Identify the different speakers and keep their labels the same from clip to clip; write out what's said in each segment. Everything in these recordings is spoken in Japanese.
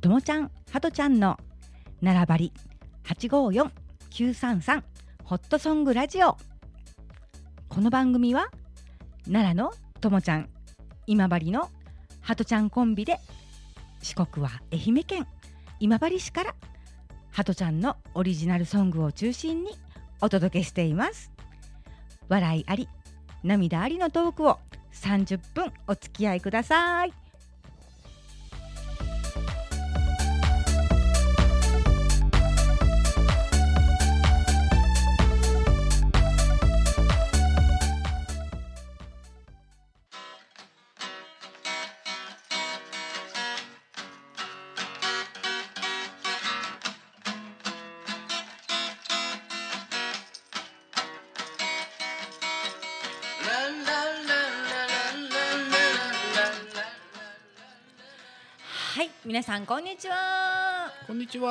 Speaker 1: ともちゃん、はとちゃんの並ばり854933ホットソングラジオこの番組は奈良のともちゃん今治のはとちゃんコンビで四国は愛媛県今治市からはとちゃんのオリジナルソングを中心にお届けしています笑いあり涙ありのトークを30分お付き合いくださいはい皆さんこんにちは
Speaker 2: こんにちは。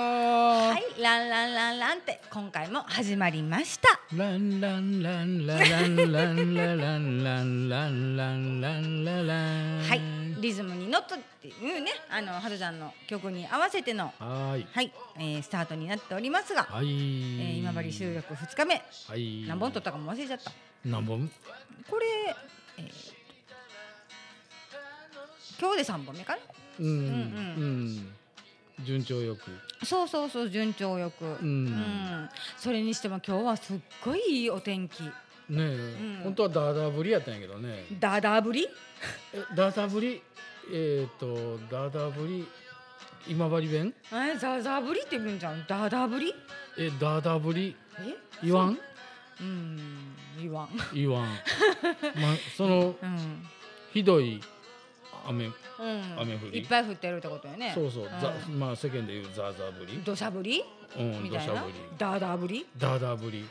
Speaker 1: はいランランランランって今回も始まりました
Speaker 2: ランランランラランランラランランランランランララン。
Speaker 1: はい、リズムに乗っとっていうね、あのはるちゃんの曲に合わせての。
Speaker 2: はーい。
Speaker 1: はい、えー、スタートになっておりますが、
Speaker 2: はい。
Speaker 1: えー、今治収録2日目、
Speaker 2: はい。
Speaker 1: 何本撮ったかも忘れちゃった。
Speaker 2: 何本？
Speaker 1: これ、えー、今日で3本目かな。
Speaker 2: うんうん。順調よく。
Speaker 1: そうそうそう、順調よく。うんそれにしても、今日はすっごいいいお天気。
Speaker 2: ねえ、本当はダーダーぶりやったんやけどね。
Speaker 1: ダダぶり。
Speaker 2: えダーダーぶり、えっとダーダーぶり今治弁？
Speaker 1: えー、ザザぶりって言うんじゃん、ダダぶり。
Speaker 2: えダーダーぶり
Speaker 1: え、
Speaker 2: 言わん？
Speaker 1: うん、言わん。
Speaker 2: 言わん。 まその
Speaker 1: うん。
Speaker 2: ひどい雨。
Speaker 1: うん、
Speaker 2: 雨降り
Speaker 1: いっぱい降ってるってことよね
Speaker 2: そうそう、ざ
Speaker 1: ん
Speaker 2: まあ世間で言うザーザーぶり、
Speaker 1: 土砂降り
Speaker 2: うん、
Speaker 1: み
Speaker 2: 土
Speaker 1: たい
Speaker 2: 砂
Speaker 1: な
Speaker 2: 降り、
Speaker 1: ダーダー降り
Speaker 2: ダーダーぶり。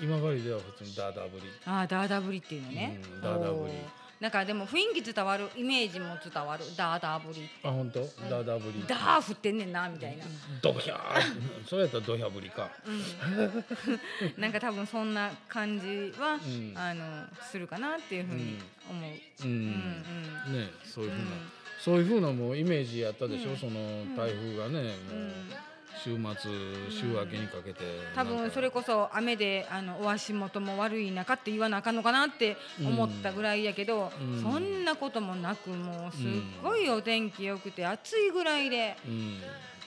Speaker 2: 今治では普通にダーダーぶり。
Speaker 1: ああダーダー降りっていうのね、
Speaker 2: うんダーダー降り
Speaker 1: おなんかでも雰囲気伝わるイメージも伝わるダーダー降り
Speaker 2: あ、本当、ダーダーぶり。
Speaker 1: ダー降ってんねんなみたいな、
Speaker 2: ドヒャー、それやったらドヒャぶりか。
Speaker 1: うん、なんか多分そんな感じは、
Speaker 2: ん
Speaker 1: あのするかなっていうふうに思う、
Speaker 2: うん、
Speaker 1: うん、うん
Speaker 2: ね、そういうふう
Speaker 1: う
Speaker 2: な、
Speaker 1: ん
Speaker 2: そういうふうなもうイメージやったでしょ、
Speaker 1: うん
Speaker 2: その台風がね、もう
Speaker 1: うん
Speaker 2: 週末、週明けにかけて。
Speaker 1: 多分それ
Speaker 2: こ
Speaker 1: こそ雨であのお足元も悪い中って言わなあかんのかなって思ったぐらいやけど、
Speaker 2: うん
Speaker 1: そんなこともなくもうすっごいお天気良くて暑いぐらいで、
Speaker 2: うん。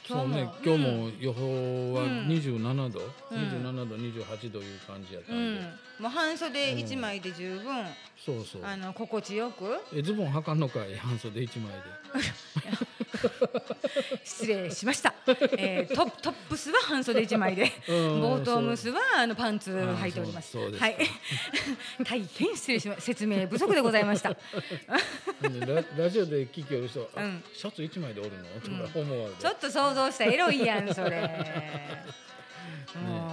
Speaker 1: 今
Speaker 2: そ
Speaker 1: 日
Speaker 2: う
Speaker 1: も
Speaker 2: ね、今日も予報は
Speaker 1: うん
Speaker 2: 27度、
Speaker 1: うん
Speaker 2: 27度、28度いう感じやった
Speaker 1: うん
Speaker 2: で、
Speaker 1: ん、もう半袖1枚で十分、
Speaker 2: そうそう。
Speaker 1: あの心地よく
Speaker 2: えズボン履かんのかい半袖 一枚で
Speaker 1: 失礼しま した、えー、トップトップスは半袖1枚で
Speaker 2: うん
Speaker 1: ボートムスはあのパンツ
Speaker 2: ん
Speaker 1: 履いております
Speaker 2: そうそうですか
Speaker 1: はい 大変失礼しま説明不足でございました。
Speaker 2: ララジオで聞きよる人は、あ
Speaker 1: うん
Speaker 2: シャツ一枚でおるのとか思われて
Speaker 1: ちょっと想像したらエロいやん それ。も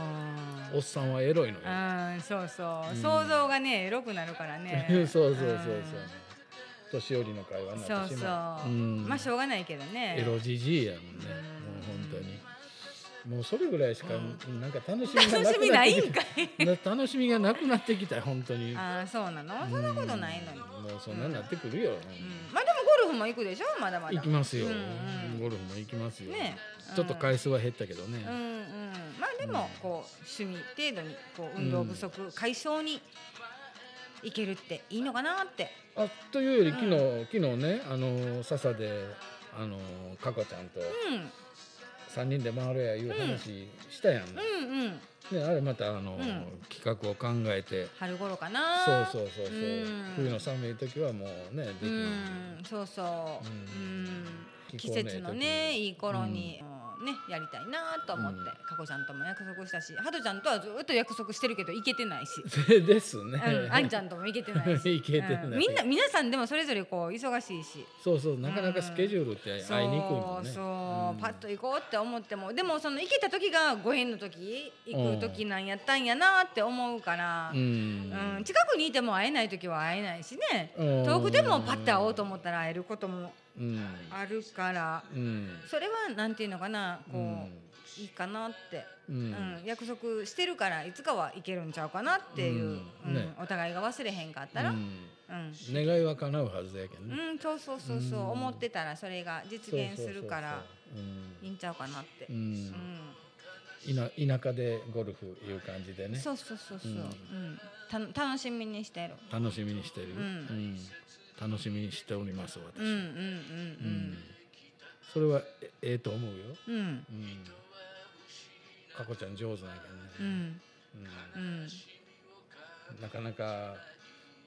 Speaker 1: う
Speaker 2: おっさんはエロいのよ、
Speaker 1: うん、そうそう、
Speaker 2: うん。
Speaker 1: 想像がねエロくなるからね
Speaker 2: そうそうそうそう年寄りの会話
Speaker 1: うん
Speaker 2: に
Speaker 1: そ
Speaker 2: な
Speaker 1: う
Speaker 2: っ
Speaker 1: そ
Speaker 2: て
Speaker 1: う
Speaker 2: しまう、ん、
Speaker 1: まあしょうがないけどね。
Speaker 2: エロじじいやもんねもう本当にもうそれぐらいしか、なんか楽しみがなくな
Speaker 1: 楽
Speaker 2: って
Speaker 1: しみないんか
Speaker 2: い楽しみがなくなってきた本当に
Speaker 1: ああそうなの？そんなことないのに。うん
Speaker 2: もうそんなになってくるよ、
Speaker 1: まあでもゴルフも行くでしょまだまだ。
Speaker 2: 行きますよ、
Speaker 1: うんうん
Speaker 2: ゴルフも行きますよ、
Speaker 1: ね
Speaker 2: ちょっと回数は減ったけどね、
Speaker 1: うんうん。まあでもこう趣味程度にこう運動不足解消に行けるっていいのかなって。
Speaker 2: あというより
Speaker 1: うん
Speaker 2: 昨日、昨日ねあの笹であの佳子ちゃんと
Speaker 1: う
Speaker 2: 3人で回るやいう話したやん、
Speaker 1: んうんうん。
Speaker 2: ね、あれまたあの、
Speaker 1: ん
Speaker 2: 企画を考えて
Speaker 1: 春頃かな。
Speaker 2: そうそうそうそう、
Speaker 1: うん
Speaker 2: 冬の寒い時はもうねでき
Speaker 1: う
Speaker 2: ない、
Speaker 1: ん、そうそう、う
Speaker 2: うん
Speaker 1: ん、季
Speaker 2: 気候ね
Speaker 1: 節のね
Speaker 2: 時
Speaker 1: いい頃に、もうねやりたいなと思って、
Speaker 2: うん
Speaker 1: かこちゃんとも約束したし、はとちゃんとはずっと約束してるけど行けて ないし、
Speaker 2: でですね、
Speaker 1: うん、あんちゃんとも行けてないし、
Speaker 2: 行けてない
Speaker 1: うんみんな皆さんでもそれぞれこう忙しいし。
Speaker 2: そうそうなかなかスケジュールって会いにくいもん
Speaker 1: そ
Speaker 2: ね
Speaker 1: うそう、
Speaker 2: ん
Speaker 1: パッと行こうって思ってもでもその行けた時がご縁の時行く時なんやったんやなって思うから
Speaker 2: う、ん
Speaker 1: うん、近くにいても会えない時は会えないしね、
Speaker 2: うん
Speaker 1: 遠くでもパッと会おうと思ったら会えることも
Speaker 2: うん
Speaker 1: あるから
Speaker 2: うん
Speaker 1: それはなんていうのかなこう、
Speaker 2: うん
Speaker 1: いいかなって、う
Speaker 2: う
Speaker 1: んん約束してるからいつかはいけるんちゃうかなっていう、
Speaker 2: うんね
Speaker 1: うんお互いが忘れへんかったら、
Speaker 2: う
Speaker 1: うん
Speaker 2: ん
Speaker 1: うん
Speaker 2: 願いは叶うはずやけんね、
Speaker 1: うん、そうそうそうそう、
Speaker 2: うん
Speaker 1: 思ってたらそれが実現するから
Speaker 2: そうそう
Speaker 1: いいんちゃうかなって
Speaker 2: そう、う。ん
Speaker 1: うん
Speaker 2: うん、田田舎でゴルフいう感じでね
Speaker 1: そうそうそうそう、う
Speaker 2: うん
Speaker 1: んた楽しみにしてる。
Speaker 2: 楽しみにしてる、
Speaker 1: うん
Speaker 2: うん楽しみにしております私、
Speaker 1: うんうん
Speaker 2: うんそれはえええと思うよ、
Speaker 1: うんうんうん
Speaker 2: うん、かこちゃん上手なんやけ
Speaker 1: う
Speaker 2: どね、
Speaker 1: ん
Speaker 2: うん
Speaker 1: うん。
Speaker 2: なかなか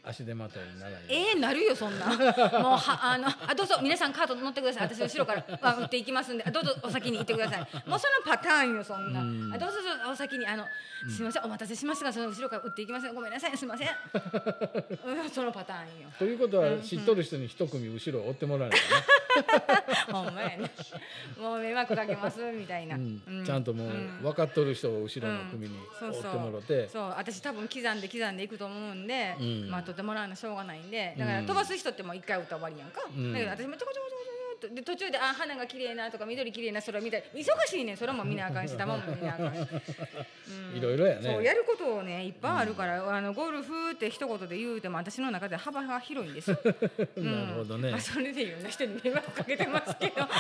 Speaker 2: 足手まといにならない
Speaker 1: えー、なるよそんなもうはあのあどうぞ皆さんカート乗ってください私後ろからあ打っていきますんであどうぞお先に行ってくださいもうそのパターンよそんな、
Speaker 2: うん
Speaker 1: あどうぞどうぞお先にあのすみませんお待たせしましたがその後ろから打っていきますごめんなさいすみま せん、うん、そのパターンよ
Speaker 2: ということは知っとる人に一組後ろ追ってもらわない
Speaker 1: ほんまやねもう迷惑かけますみたいな、
Speaker 2: とね、
Speaker 1: う
Speaker 2: うんちゃんともう分かっとる人を後ろの組に
Speaker 1: う
Speaker 2: 追
Speaker 1: ん
Speaker 2: っ
Speaker 1: そ
Speaker 2: て
Speaker 1: うそう
Speaker 2: もろて、
Speaker 1: そう私多分刻んで刻んでいくと思うんで、
Speaker 2: うん
Speaker 1: まあ取ってもらうのはしょうがないんでだから
Speaker 2: うん
Speaker 1: 飛ばす人ってもう一回打ったら終わりやんか、
Speaker 2: うん
Speaker 1: だけど私もちょこちょこちょこちょこちょこっとで途中であ花が綺麗なとか緑綺麗な空見たり忙しいねんそれも見なあかんし玉も見なあかんし、 うん
Speaker 2: いろいろやね
Speaker 1: そうやることをねいっぱいあるから、あのゴルフって一言で言うても私の中で幅が広いんですよ、うん
Speaker 2: なるほどね
Speaker 1: まあ、それでいろんな人に迷惑かけてますけど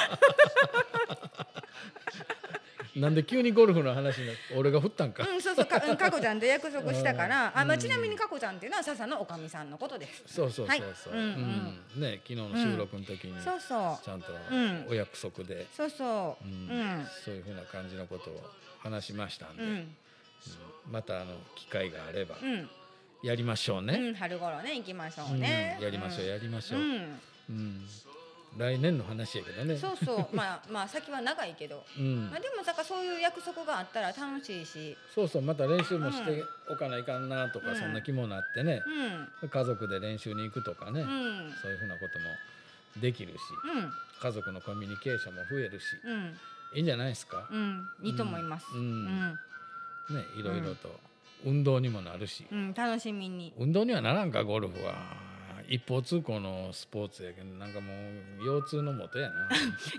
Speaker 2: なんで急にゴルフの話にな俺が振ったんか、
Speaker 1: うんそうそうか,、うん、かこちゃんと約束したから、あまあ、ちなみにかこちゃんっていうのは笹のおかみさんのことです
Speaker 2: そうそうそうそう、
Speaker 1: はいうん
Speaker 2: うんね昨日の収録の時に
Speaker 1: そうそう
Speaker 2: ちゃんと
Speaker 1: うん
Speaker 2: お約束で、
Speaker 1: そうそうう。うんん。
Speaker 2: そういうふうな感じのことを話しましたんで、
Speaker 1: う
Speaker 2: うん
Speaker 1: ん。
Speaker 2: またあの機会があれば
Speaker 1: うん。
Speaker 2: やりましょうね、
Speaker 1: うん。春頃ね、行きましょ
Speaker 2: う
Speaker 1: うんね。
Speaker 2: やりましょうやりましょう、
Speaker 1: うん。
Speaker 2: うん来年の話やけどね
Speaker 1: そうそう。まあ、まあ、先は長いけど。
Speaker 2: うん
Speaker 1: まあ、でも、なんか、そういう約束があったら楽しいし。
Speaker 2: そうそうまた練習もしておかないかんなとか、
Speaker 1: うん
Speaker 2: そんな気もなってね、
Speaker 1: うん。
Speaker 2: 家族で練習に行くとかね、
Speaker 1: うん。
Speaker 2: そういうふうなこともできるし
Speaker 1: うん。
Speaker 2: 家族のコミュニケーションも増えるし、
Speaker 1: うん。
Speaker 2: いいんじゃないですか、
Speaker 1: うん。いいと思います。
Speaker 2: う
Speaker 1: うんん。
Speaker 2: ねいろいろと、運動にもなるし、
Speaker 1: うん。楽しみに。
Speaker 2: 運動にはならんかゴルフは。一方通行のスポーツやけどなんかもう腰痛のもとや な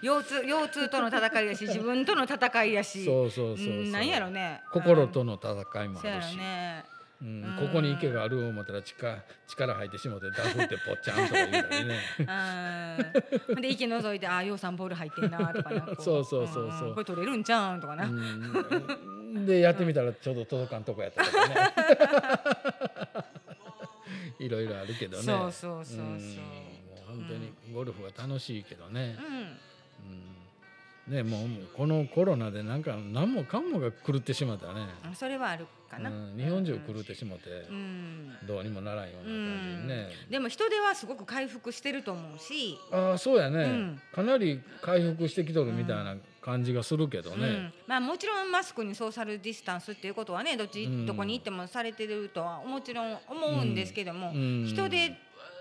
Speaker 1: 腰痛、腰痛との戦いやし、 自分との戦いやし。
Speaker 2: そうそうそうそう、
Speaker 1: うんなんやろね。
Speaker 2: 心との戦い
Speaker 1: うん。
Speaker 2: も
Speaker 1: そう
Speaker 2: あ
Speaker 1: や
Speaker 2: る
Speaker 1: ろ
Speaker 2: し、
Speaker 1: ね。
Speaker 2: うん
Speaker 1: うん
Speaker 2: ここに池がある思ったら力力入ってしもてダフってぽっちゃんとか言うたりね
Speaker 1: うんほんで息覗いて「ああようさんボール入ってんな」とかなんかこ
Speaker 2: そうそうそうそうん
Speaker 1: んこれ取れるんちゃうんとかな、
Speaker 2: うんでやってみたらちょうど届かんとこやったと かねいろいろあるけどね
Speaker 1: そうそうそうそうん
Speaker 2: もう本当にゴルフは楽しいけどね
Speaker 1: う、ん
Speaker 2: うんねもうこのコロナでなんか何もかんもが狂ってしまったね、
Speaker 1: うんそれはあるかな、
Speaker 2: うん、日本中狂ってしまって、
Speaker 1: うん
Speaker 2: どうにもならんような
Speaker 1: う
Speaker 2: 感じ
Speaker 1: ん
Speaker 2: にね、
Speaker 1: でも人手はすごく回復してると思うし、
Speaker 2: ああそうやね、
Speaker 1: うん
Speaker 2: かなり回復してきとるみたいな感じがするけど
Speaker 1: う
Speaker 2: ね
Speaker 1: ん、まあ、もちろんマスクにソーシャルディスタンスっていうことはねどっち、
Speaker 2: うん
Speaker 1: どこに行ってもされてるとはもちろん思うんですけども、
Speaker 2: うん
Speaker 1: 人手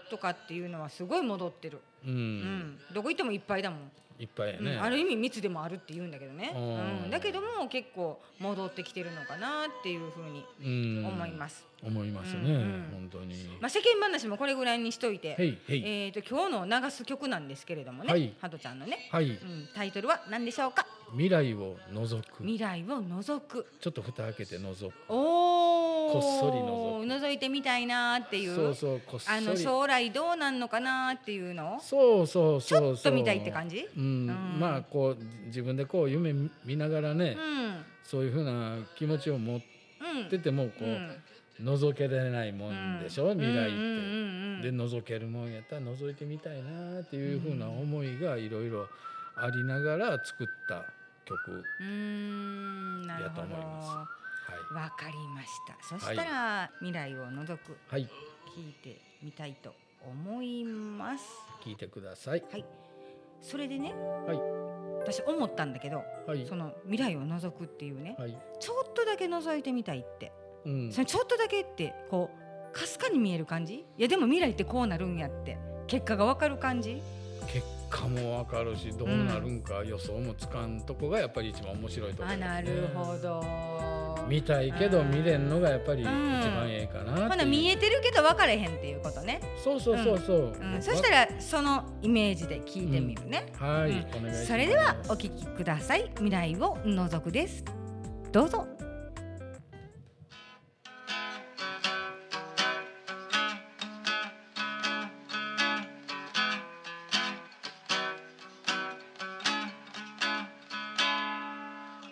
Speaker 1: とかっていうのはすごい戻ってる、
Speaker 2: うん、
Speaker 1: うん、どこ行ってもいっぱいだもん。
Speaker 2: いっぱいや
Speaker 1: う
Speaker 2: ね、
Speaker 1: ん、ある意味密でもあるって言うんだけどね、
Speaker 2: うん
Speaker 1: うん、だけども結構戻ってきてるのかなっていうふうに
Speaker 2: うん
Speaker 1: 思います、
Speaker 2: 思いますね、
Speaker 1: うんうん
Speaker 2: 本当に、
Speaker 1: まあ、世間話もこれぐらいにしといて、
Speaker 2: へいへい
Speaker 1: えー、と今日の流す曲なんですけれどもね、
Speaker 2: はい
Speaker 1: ハトちゃんのね、
Speaker 2: は
Speaker 1: う
Speaker 2: い
Speaker 1: ん、タイトルは何でしょうか
Speaker 2: 未来を覗く
Speaker 1: 未来を覗く
Speaker 2: ちょっと蓋開けて覗く
Speaker 1: おー
Speaker 2: こっそり覗く
Speaker 1: 覗いてみたいなっていう
Speaker 2: そうそうこっそり
Speaker 1: あの将来どうなんのかなっていうのを
Speaker 2: そうそうそうそ
Speaker 1: ちょ
Speaker 2: う
Speaker 1: っと見たいって感じ
Speaker 2: うん、
Speaker 1: うん
Speaker 2: まあこう自分でこう夢見ながらね、
Speaker 1: うん
Speaker 2: そういうふうな気持ちを持っ
Speaker 1: うん
Speaker 2: ててもこう、
Speaker 1: うん
Speaker 2: 覗けれないもんでしょ、未来って、
Speaker 1: うんうんうんうん
Speaker 2: で覗けるもんやったら覗いてみたいなっていうふうな思いがいろいろありながら作った曲、は
Speaker 1: うーんなるほ
Speaker 2: やと思いま
Speaker 1: どわかりました。そしたら、未来を覗く
Speaker 2: い、はい、
Speaker 1: 聞いてみたいと思います。
Speaker 2: 聞いてください。
Speaker 1: はい。それでね、
Speaker 2: い
Speaker 1: 私思ったんだけど、
Speaker 2: はい
Speaker 1: その未来を覗くっていうね、
Speaker 2: はい、
Speaker 1: ちょっとだけ覗いてみたいって、
Speaker 2: うん
Speaker 1: そのちょっとだけってこうかすかに見える感じ？いやでも未来ってこうなるんやって結果がわかる感じ？
Speaker 2: 結果もわかるしどうなるんか予想もつかんとこがやっぱり一番面白いところ
Speaker 1: あ、なるほど。
Speaker 2: 見たいけど
Speaker 1: うん
Speaker 2: 見れんのがやっぱり一
Speaker 1: うん
Speaker 2: 番ええか
Speaker 1: ほ
Speaker 2: なって
Speaker 1: な
Speaker 2: いう
Speaker 1: 見えてるけど分かれへんっていうことね。
Speaker 2: そうそうそうそう、
Speaker 1: うん。そしたらそのイメージで聞いてみるね。
Speaker 2: らはい、
Speaker 1: うん
Speaker 2: お願いします
Speaker 1: それではお聞きください未来を覗くですどうぞ
Speaker 3: 「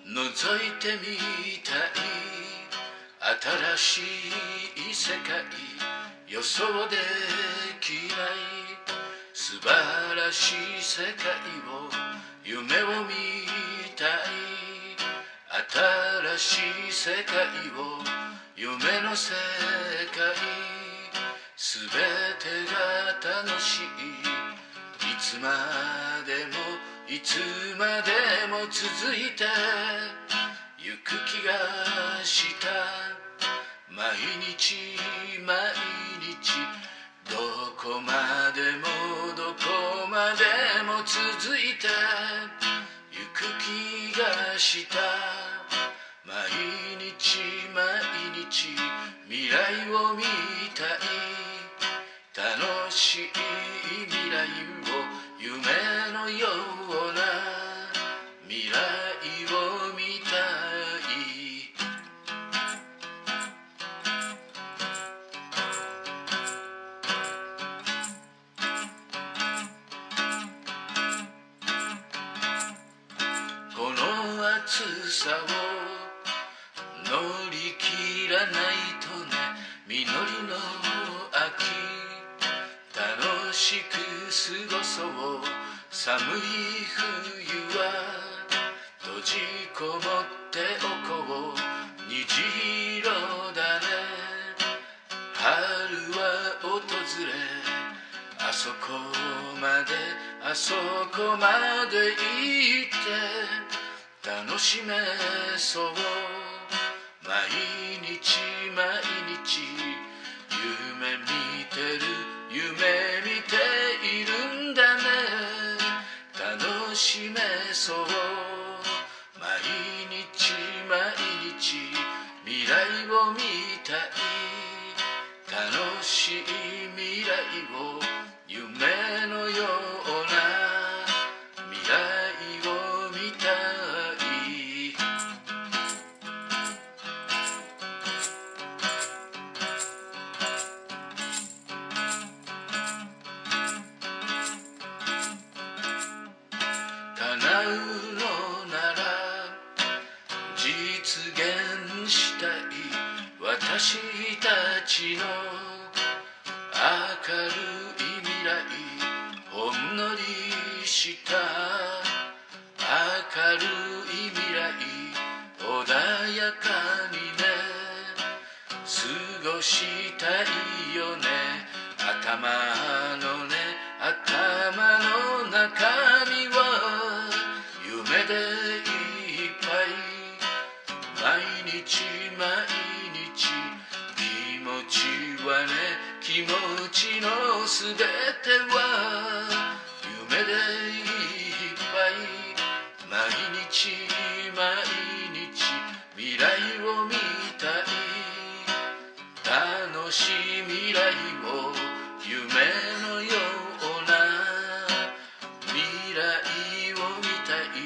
Speaker 3: 覗いてみたい新しい世界予想できない素晴らしい世界を夢を見たい新しい世界を夢の世界すべてが楽しいいつまでもいつまでも続いてゆく気がした毎日毎日どこまでもどこまでも続いてゆく気がした毎日毎日未来を見たい楽しい未来を夢のような未来を見たいこの暑さを乗り切らないとね実りの秋楽しく過ごそう寒い冬は閉じこもっておこう虹色だね春は訪れあそこまであそこまで行って楽しめそう毎日毎日夢見てる夢見ているんだね楽しめそう毎日毎日未来を見たい楽しい未来を夢のような未来を見たい叶うのなら実現したい私たちの明るい未来ほんのりした明るい未来穏やかにね過ごしたいよね頭のね頭の中身は夢でいっぱい毎日毎日気持ちはね気持ちのすべては夢でいっぱい毎日毎日未来を見たい楽しい未来を夢のような未来を見たい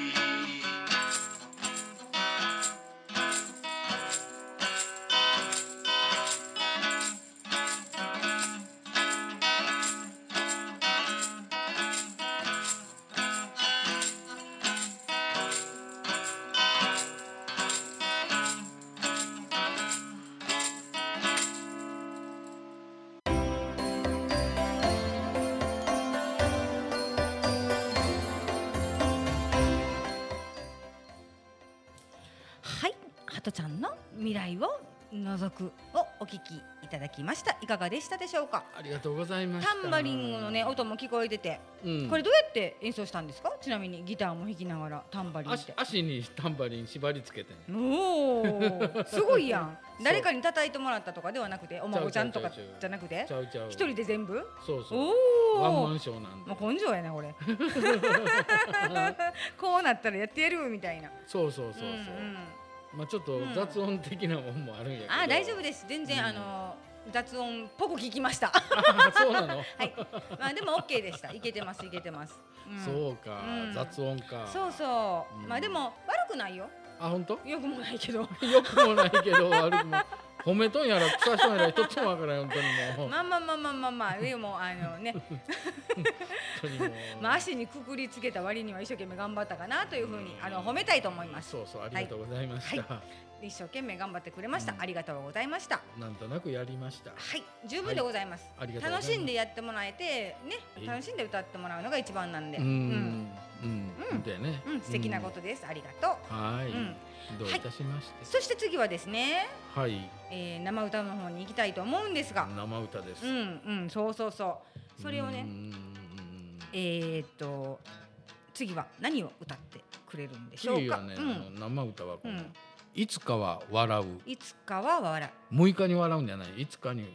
Speaker 4: はい、ハトちゃんの未来を覗くをお聞きいただきました。いかがでしたでしょうか。
Speaker 2: ありがとうございました
Speaker 1: タンバリンのね音も聞こえてて、
Speaker 2: うん
Speaker 1: これどうやって演奏したんですか？ちなみにギターも弾きながらタンバリンっ
Speaker 2: 足
Speaker 1: て。
Speaker 2: 足にタンバリン縛り付けてね
Speaker 1: おお、すごいやん
Speaker 2: 。そう
Speaker 1: 誰かに叩いてもらったとかではなくて、お孫ちゃんとか
Speaker 2: ちゃうちゃうちゃう
Speaker 1: じゃなくて
Speaker 2: ち、ゃうちゃう
Speaker 1: 一人で全部？
Speaker 2: そうそう
Speaker 1: お
Speaker 2: ワン
Speaker 1: お
Speaker 2: マン。ショーなんで
Speaker 1: もう根性やねこ れ。こうなったらやってやるみたいな。
Speaker 2: そうそうそうそう、
Speaker 1: んん
Speaker 2: まあちょっと
Speaker 1: うん
Speaker 2: 雑音的なもんもあるんやけど、
Speaker 1: あー大丈夫です。全然、
Speaker 2: うん
Speaker 1: あの雑音っぽく聞きました。
Speaker 2: あ そうなの、
Speaker 1: はい。まあでも OK でした。いけてますいけてます。うん
Speaker 2: そうか、
Speaker 1: うん
Speaker 2: 雑音か
Speaker 1: そうそう、
Speaker 2: うん
Speaker 1: まあでも悪くないよ
Speaker 2: あ本当
Speaker 1: よくもないけど
Speaker 2: 良くもないけど悪くも褒めとんやら草しとんやら一つもわからない本当にもう
Speaker 1: まあまあまあまあまあまあでもあのね、
Speaker 2: 本当にもう
Speaker 1: まあ、足にくくりつけた割には一生懸命頑張ったかなというふうにあの褒めたいと思います
Speaker 2: そうそうありがとうございました、
Speaker 1: 一生懸命頑張ってくれました、
Speaker 2: うん
Speaker 1: ありがとうございました
Speaker 2: なんとなくやりました
Speaker 1: はい十分でございます、
Speaker 2: ありがとうございま
Speaker 1: 楽
Speaker 2: す
Speaker 1: しんでやってもらえて
Speaker 2: え
Speaker 1: ね
Speaker 2: い
Speaker 1: 楽しんで歌ってもらうのが一番なんで
Speaker 2: う
Speaker 1: うん、
Speaker 2: んうん
Speaker 1: うん
Speaker 2: でね
Speaker 1: うん素敵なことです、ありがと
Speaker 2: うんは
Speaker 1: う、うん、
Speaker 2: いどういたしまして
Speaker 1: そして次はですね、
Speaker 2: はい
Speaker 1: えー、生歌の方に行きたいと思うんですが
Speaker 2: 生歌です
Speaker 1: うんうんそうそうそうそれをね
Speaker 2: うん
Speaker 1: えー、っと次は何を歌ってくれるんでしょう
Speaker 2: 次
Speaker 1: か
Speaker 2: はね
Speaker 1: う
Speaker 2: あの
Speaker 1: ん
Speaker 2: 生歌はこ
Speaker 1: う
Speaker 2: の
Speaker 1: ん
Speaker 2: いつかは笑う
Speaker 1: いつかは笑
Speaker 2: 6日に笑うんじゃないいつかに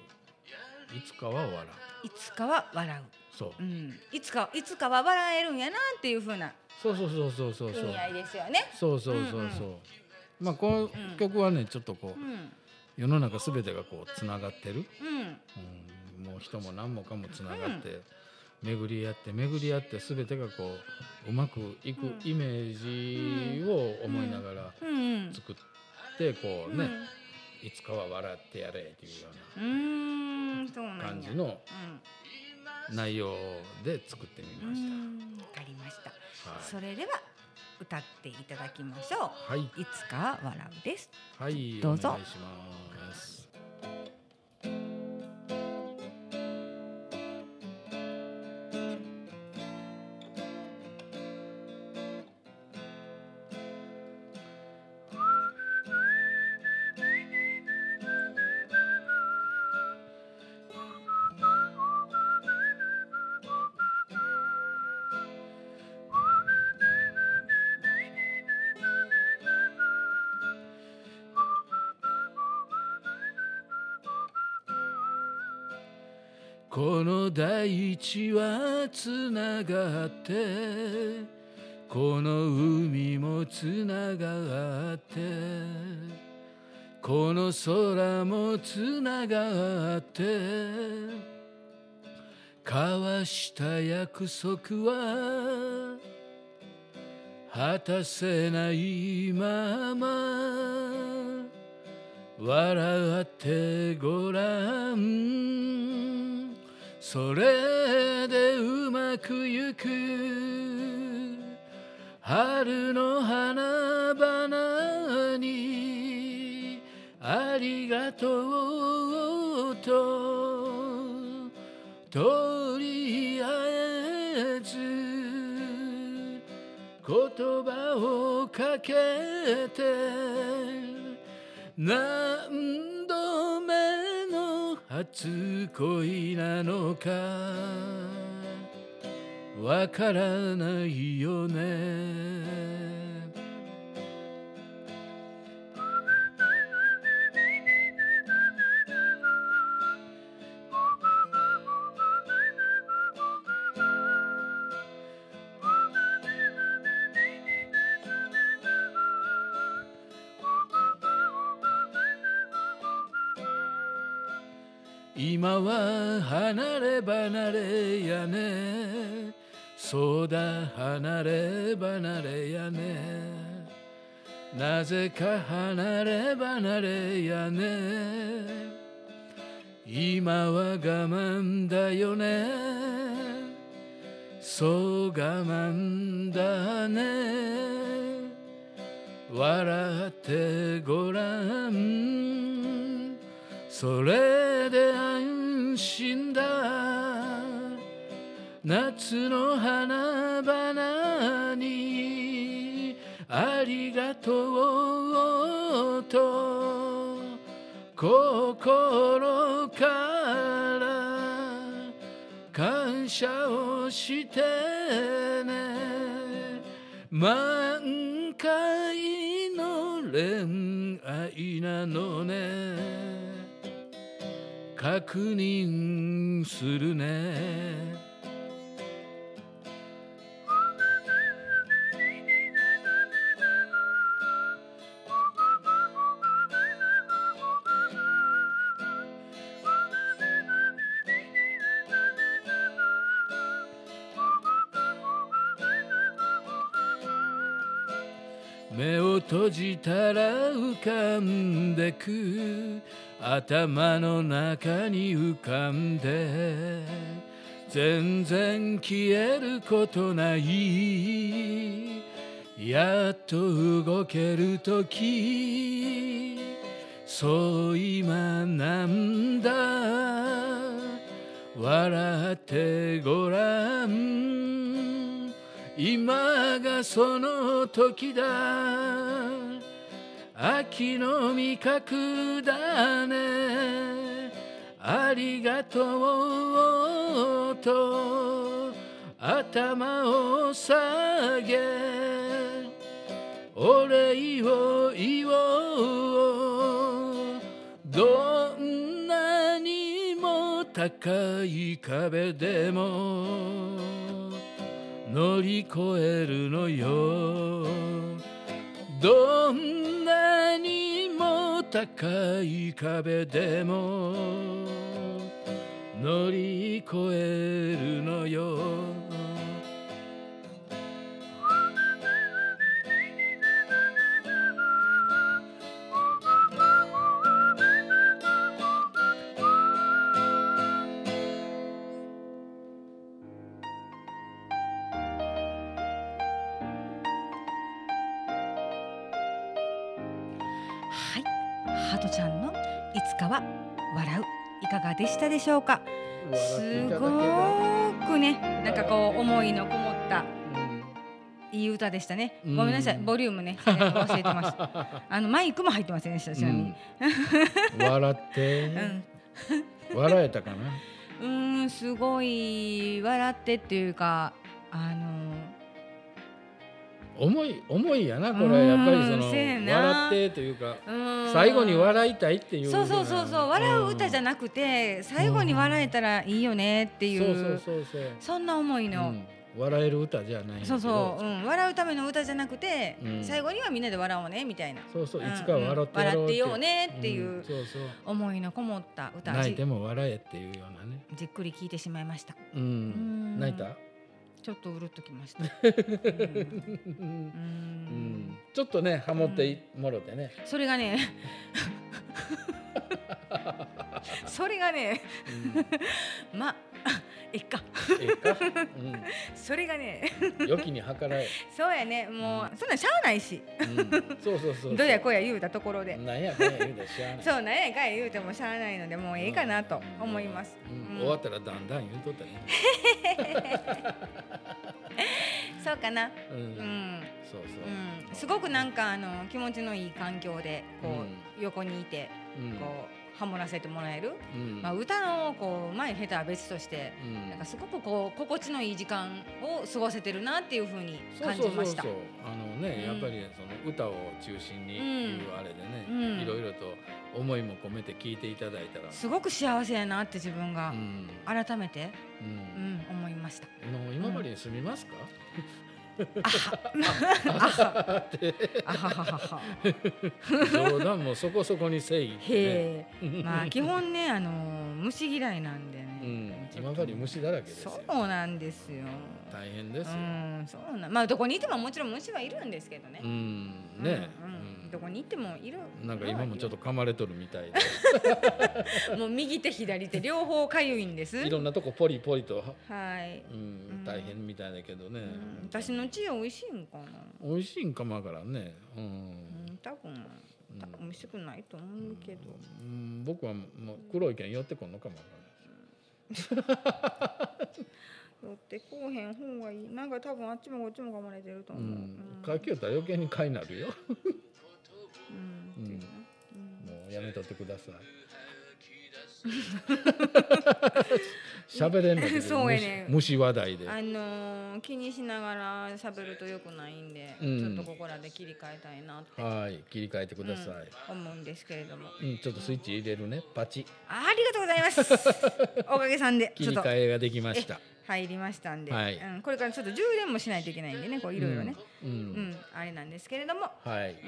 Speaker 2: いつかは笑う
Speaker 1: ういつかは笑
Speaker 2: そう
Speaker 1: う、うん、いつかいつかは笑えるんやなっていう風な
Speaker 2: そうそうそうそうそう
Speaker 1: 意
Speaker 2: そう
Speaker 1: 味合いですよね
Speaker 2: そうそうそう
Speaker 1: うんうん
Speaker 2: そうまあこ
Speaker 1: うん
Speaker 2: の曲はねちょっとこ
Speaker 1: う
Speaker 2: うん世の中すべてがこうつながってる
Speaker 1: うん
Speaker 2: うんもう人も何もかもつながって、巡り合って巡り合って全てがこううまくいく
Speaker 1: うん
Speaker 2: イメージを思いながら
Speaker 1: うんうん
Speaker 2: 作ってこう
Speaker 1: う
Speaker 2: ね、
Speaker 1: ん
Speaker 2: いつかは笑ってやれっていうよ
Speaker 1: うーんそうなん
Speaker 2: う
Speaker 1: や
Speaker 2: な感じの
Speaker 1: う
Speaker 2: 内容で作ってみ
Speaker 1: んう
Speaker 2: まし
Speaker 1: んわかりました
Speaker 2: た。
Speaker 1: それでは歌っていただきましょ
Speaker 2: はい、はいう
Speaker 1: いつかは笑うです
Speaker 2: はい、
Speaker 1: どうぞ
Speaker 2: お願いします。この大地はつながってこの海もつながってこの空もつながって交わした約束は果たせないまま笑ってごらんそれでうまくゆく春の花々にありがとうととりあえず言葉をかけて何度目の初恋なのかわからないよね今は離れ離れやねそうだ離れ離れやねなぜか離れ離れやね今は我慢だよねそう我慢だね笑ってごらんそれで安心だ夏の花々にありがとうと心から感謝をしてね満開の恋愛なのね確認するね目を閉じたら浮かんでく頭の中に浮かんで全然消えることないやっと動けるときそう今なんだ笑ってごらん今がその時だ秋の味覚だねありがとうと頭を下げお礼を言おうどんなにも高い壁でも乗り越えるのよどんなにも高い壁でも乗り越えるのよ
Speaker 1: はい、ハトちゃんのいつかは笑ういかがでしたでしょうか。すごーくね、なんかこう思いのこもったいい歌でしたね。ごめんなさい、
Speaker 2: うん
Speaker 1: ボリュームね、最後忘れてま した。あのマイクも入ってませんでした。ちな みに。
Speaker 2: うん、笑って、
Speaker 1: うん、
Speaker 2: 笑えたかな
Speaker 1: うーん、すごい笑ってっていうか、あの
Speaker 2: 重い重いやなこれやっぱりそ
Speaker 1: うん
Speaker 2: の
Speaker 1: せやな
Speaker 2: 笑ってというか
Speaker 1: うーん
Speaker 2: 最後に笑いたいっていう
Speaker 1: そうそうそうそう、笑う歌じゃ
Speaker 2: な
Speaker 1: なくて、最後に笑えたらいいよねって
Speaker 2: い
Speaker 1: い
Speaker 2: んそう
Speaker 1: う。
Speaker 2: そうそうそう
Speaker 1: そんな思いうの。
Speaker 2: ん笑える歌じゃないんだけど
Speaker 1: そうそう、うん、笑うための歌じゃなくて、
Speaker 2: うん
Speaker 1: 最後にはみんなで笑おうねみたいな。
Speaker 2: そうそう
Speaker 1: うん
Speaker 2: いつかは笑ってやろう
Speaker 1: 笑ってようねっていう
Speaker 2: うんそうそう
Speaker 1: 思いのこもった歌。
Speaker 2: 泣いて
Speaker 1: じ
Speaker 2: も笑えっていうようなね
Speaker 1: じっくり聞いてしまいました。
Speaker 2: う
Speaker 1: うんん
Speaker 2: 泣い た
Speaker 1: ちょっとうるっときま した。うん
Speaker 2: う
Speaker 1: うんん
Speaker 2: ちょっとねハモっていもろてね
Speaker 1: それが ね。それがね、
Speaker 2: うん
Speaker 1: まあ、いっか。
Speaker 2: ええか
Speaker 1: それがね、
Speaker 2: うん良きに計らえ
Speaker 1: そうやね、もう、そんなんしゃあないし。
Speaker 2: うんそうそうそうそう
Speaker 1: どやこや言うたところで。
Speaker 2: なんやかんや言うたら知らない
Speaker 1: そうなんやかい言うてもしゃあないので、もういいかなと思います。
Speaker 2: うん
Speaker 1: うん
Speaker 2: 終わったらだんだん言うとったね
Speaker 1: そうかな。
Speaker 2: う
Speaker 1: うんん。
Speaker 2: そうそう
Speaker 1: うん、すごくなんかあの気持ちのいい環境でこう、横にいて
Speaker 2: うん
Speaker 1: こうハモらせてもらえる、
Speaker 2: うん
Speaker 1: まあ、歌のこう前下手は別として
Speaker 2: うん
Speaker 1: なんかすごくこう心地のいい時間を過ごせてるなっていうふうに
Speaker 2: そう
Speaker 1: 感
Speaker 2: そ
Speaker 1: じ
Speaker 2: うそう
Speaker 1: ま
Speaker 2: そ
Speaker 1: し
Speaker 2: う
Speaker 1: た。
Speaker 2: あのね、
Speaker 1: うん
Speaker 2: やっぱりその歌を中心にいう
Speaker 1: うん
Speaker 2: あれでね、
Speaker 1: うん
Speaker 2: いろいろと思いも込めて聞いていただいたら、
Speaker 1: すごく幸せやなって自分が
Speaker 2: うん
Speaker 1: 改めて、
Speaker 2: う
Speaker 1: うんん、思いま した。
Speaker 2: もう今までに住みますか、
Speaker 1: あはあはあはははは。
Speaker 2: 冗談もそこそこに正義って、ね
Speaker 1: へえ。まあ基本ねあの虫嫌いなんでね。
Speaker 2: うん、今まで虫だらけですよ
Speaker 1: そうなんですよ。
Speaker 2: 大変ですよ、
Speaker 1: うん、そうなん、まあ、どこにいても、もちろん虫はいるんですけどね
Speaker 2: う。ん、ね、
Speaker 1: うんうんどこにいてもいる。
Speaker 2: うんなんか今もちょっと。噛まれとるみたい
Speaker 1: もう右手左手両方かゆいんです。
Speaker 2: でいろんなとこポリポリと、
Speaker 1: はい。
Speaker 2: う
Speaker 1: う
Speaker 2: ん
Speaker 1: ん
Speaker 2: 大変みたいだけどね、
Speaker 1: うん私の血は美味しいんかな。
Speaker 2: 美味しいんかもわからんね、うん
Speaker 1: うん、多分。た
Speaker 2: うん
Speaker 1: 美味しくないと思うけど。
Speaker 2: うん、僕はもう黒い剣寄ってこんのかもわか
Speaker 1: 寄ってこうへん方がいい。なんか多分あっちもこっちも噛まれてると
Speaker 2: らん、
Speaker 1: 思
Speaker 2: う
Speaker 1: う。
Speaker 2: ん、書きよったら余計に貝になるよ
Speaker 1: うん
Speaker 2: うん
Speaker 1: っていうなうん
Speaker 2: もうやめとってく ださい喋れんの
Speaker 1: そうやね
Speaker 2: 虫虫話題で
Speaker 1: あのー気にしながら喋ると良くないんで、
Speaker 2: うん
Speaker 1: ちょっとここらで切り替えたいなって
Speaker 2: はい切り替えてください、
Speaker 1: 思うんですけれども。
Speaker 2: うんちょっとスイッチ入れるねパチ
Speaker 1: あありがとうございます。おかげさんで、ち
Speaker 2: 切
Speaker 1: ょ
Speaker 2: り
Speaker 1: っと
Speaker 2: 替えができました
Speaker 1: 入りましたんで、
Speaker 2: はい
Speaker 1: うん、これからちょっと充電もしないといけないんでねこういろいろね、
Speaker 2: うん
Speaker 1: うんあれなんですけれども、
Speaker 2: はい、
Speaker 1: うん、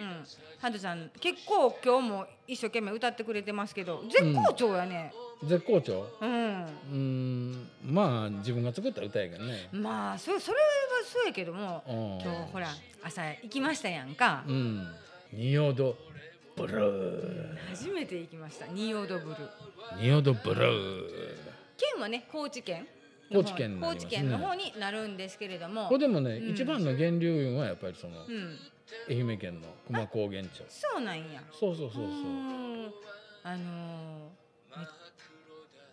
Speaker 1: ハトちゃん結構今日も一生懸命歌ってくれてますけど絶好調やね、
Speaker 2: 絶好調
Speaker 1: うん
Speaker 2: うーんまあ自分が作った歌やけどね
Speaker 1: まあそそれはそうやけども
Speaker 2: うん
Speaker 1: 今日ほら朝行きましたやんか、
Speaker 2: うん仁淀ブルー
Speaker 1: 初めて行きました仁淀ブルー
Speaker 2: 仁淀ブルー
Speaker 1: 県はね高知県
Speaker 2: 高知県にな
Speaker 1: 高
Speaker 2: りま
Speaker 1: 知
Speaker 2: すね
Speaker 1: 県の方になるんですけれども
Speaker 2: ここでもね、
Speaker 1: うん
Speaker 2: 一番の源流群はやっぱりその
Speaker 1: うん
Speaker 2: 愛媛県の久間高原町
Speaker 1: そうなんや
Speaker 2: そうそうそうそうう
Speaker 1: ーんあの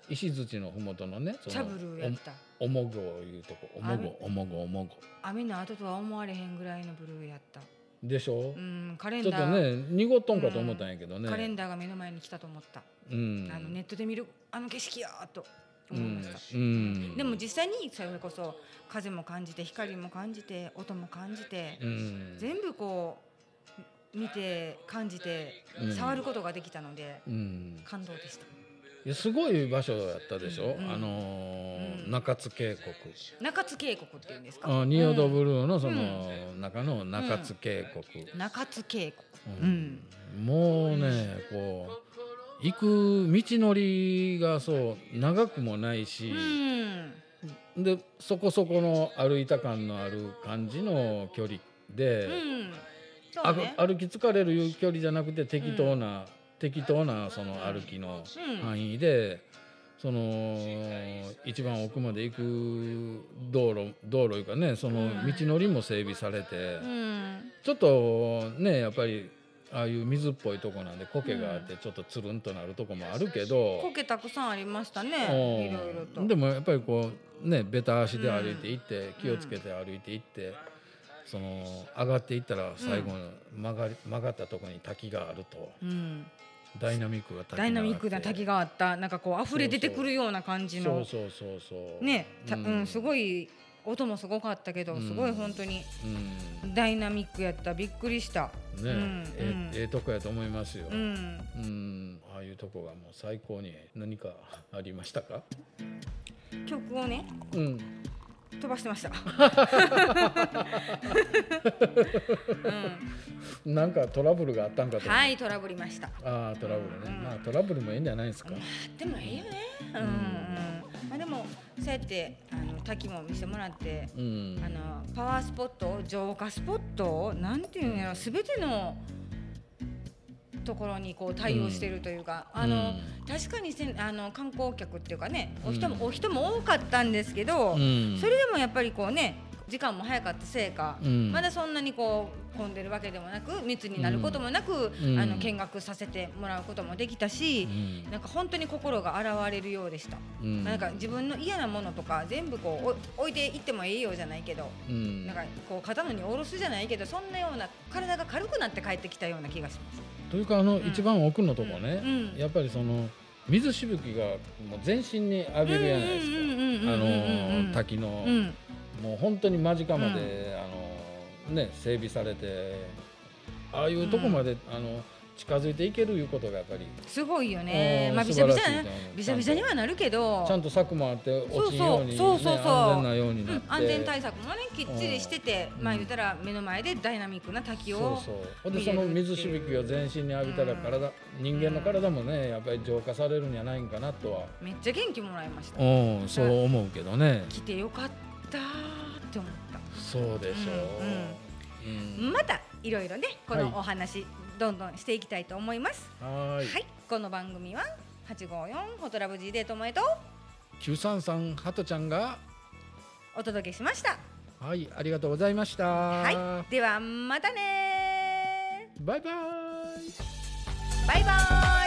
Speaker 2: 石槌の麓のねそ
Speaker 1: ー、
Speaker 2: の
Speaker 1: チャブルーやった
Speaker 2: おおもごいうとこおもごおもごおもご
Speaker 1: 雨の後とは思われへんぐらいのブルーやった
Speaker 2: でしょ、
Speaker 1: うんカレン
Speaker 2: ちょっ
Speaker 1: ダ
Speaker 2: と
Speaker 1: ー、
Speaker 2: ね濁っとんかと思ったんやけどね、うん、
Speaker 1: カレンダーが目の前に来たと思った、あのネットで見るあの景色やーと
Speaker 2: う
Speaker 1: 思いま
Speaker 2: ん
Speaker 1: した、、
Speaker 2: うん、
Speaker 1: でも実際にそれこそ風も感じて光も感じて音も感じて、
Speaker 2: うん、
Speaker 1: 全部こう見て感じて
Speaker 2: うん
Speaker 1: 触ることができたので、
Speaker 2: うん、
Speaker 1: 感動でした
Speaker 2: いやすごい場所やったでしょ、
Speaker 1: うん
Speaker 2: あのー
Speaker 1: うん
Speaker 2: 中津渓谷
Speaker 1: 中津渓谷って言うんですか
Speaker 2: あ仁淀ブルーのその中の中津渓谷、
Speaker 1: うん中津渓谷う
Speaker 2: うんん、もうねこう行く道のりがそう長くもないし
Speaker 1: う、ん
Speaker 2: でそこそこの歩いた感のある感じの距離で、
Speaker 1: うんそ
Speaker 2: あ
Speaker 1: うね
Speaker 2: 歩き疲れるいう距離じゃなくて適当な、適当なその歩きの
Speaker 1: うん
Speaker 2: 範囲で、その一番奥まで行く道路道路いうかねその
Speaker 1: うん
Speaker 2: 道のりも整備されて、
Speaker 1: うん
Speaker 2: ちょっとねやっぱりああいう水っぽいとこなんで苔があってちょっとつるんとなるとこもあるけど、
Speaker 1: 苔たくさんありました
Speaker 2: うん
Speaker 1: ねいろいろと
Speaker 2: でもやっぱりこうねベタ足で歩いていって、気をつけて歩いていって。その上がっていったら最後の曲がり、曲がったところに滝があると
Speaker 1: うん
Speaker 2: ダイナミックが滝が
Speaker 1: ダ
Speaker 2: あって
Speaker 1: イナミックな滝があったなんかこう溢れ出てくるような感じ
Speaker 2: そう
Speaker 1: の
Speaker 2: そうそうそう
Speaker 1: ねたうんす
Speaker 2: い、
Speaker 1: ごい音もすごかったけど
Speaker 2: うん
Speaker 1: すごい本当に
Speaker 2: うん
Speaker 1: ダイナミックやったびっくりした
Speaker 2: ね、
Speaker 1: うん
Speaker 2: え
Speaker 1: うん
Speaker 2: ええとこやと思いますよ。う
Speaker 1: うんん
Speaker 2: ああいうとこがもう最高に何かありましたか？
Speaker 1: 曲をね
Speaker 2: うん、
Speaker 1: 飛ばしてました。うん
Speaker 2: なんかトラブルがあったんかと思う。
Speaker 1: はい、トラブりました。
Speaker 2: ああトラブルね、
Speaker 1: うん
Speaker 2: まあトラブルもいいんじゃないですか
Speaker 1: ま。あ、でもいいよね。うん、うん、まあ、でも、そうやって、あの、滝も見せてもらって。
Speaker 2: うん、
Speaker 1: あの、パワースポット、浄化スポット、なんていうんやろ、すべての。ところにこう対応してるというか、あの、確かにせんあの観光客っていうかねお人も、
Speaker 2: うん
Speaker 1: お人も多かったんですけど、
Speaker 2: うん、
Speaker 1: それでもやっぱりこうね時間も早かったせいか、
Speaker 2: うん
Speaker 1: まだそんなにこう混んでるわけでもなく密になることもなく、
Speaker 2: うん
Speaker 1: あの見学させてもらうこともできたし
Speaker 2: う、ん、
Speaker 1: なんか本当に心が洗われるようでした、
Speaker 2: うん
Speaker 1: なんか自分の嫌なものとか全部こうお置いていってもいいようじゃないけど、
Speaker 2: うん、
Speaker 1: なんかこう肩の荷を下ろすじゃないけどそんなような体が軽くなって帰ってきたような気がします。
Speaker 2: というかあの、
Speaker 1: ん
Speaker 2: 一番奥のとこね、
Speaker 1: うん
Speaker 2: やっぱりその水しぶきがもう全身に浴びるじゃないですか。あのー滝の、
Speaker 1: うん
Speaker 2: もう本当に間近まで、あのね整備されてああいうとこまで、あの近づいていけるいうことがやっぱり、
Speaker 1: すごいよね
Speaker 2: う。ん
Speaker 1: まあびしゃびし
Speaker 2: 素晴
Speaker 1: ゃ
Speaker 2: らしいと思う
Speaker 1: びしゃびしゃにはなるけど、
Speaker 2: ちゃんと柵もあって
Speaker 1: そうそう
Speaker 2: 落ちんように、ね、
Speaker 1: そうそうそう
Speaker 2: 安全なように
Speaker 1: う
Speaker 2: なっ
Speaker 1: ん
Speaker 2: て、、
Speaker 1: 安全対策もねきっちりしてて、
Speaker 2: うん
Speaker 1: まあ言ったら目の前でダイナミックな滝
Speaker 2: そ
Speaker 1: を
Speaker 2: うそうほんでその水しぶきを全身に浴びたら体、人間の体もねやっぱり浄化されるんじゃないんかなとは、
Speaker 1: めっちゃ元気もらいました、
Speaker 2: うん、そう思うけどね
Speaker 1: 来てよかったって思っ
Speaker 2: そうでしょう、
Speaker 1: た
Speaker 2: うん
Speaker 1: またいろいろねこの
Speaker 2: はい
Speaker 1: お話、どんどんしていきたいと思います
Speaker 2: は
Speaker 1: は
Speaker 2: ーい
Speaker 1: い、この番組は854フォトラブ G デートもえと
Speaker 2: 933ハトちゃんが
Speaker 1: お届けしました
Speaker 2: はいありがとうございました
Speaker 1: はいではまたね
Speaker 2: バイバイ
Speaker 1: バイバーイ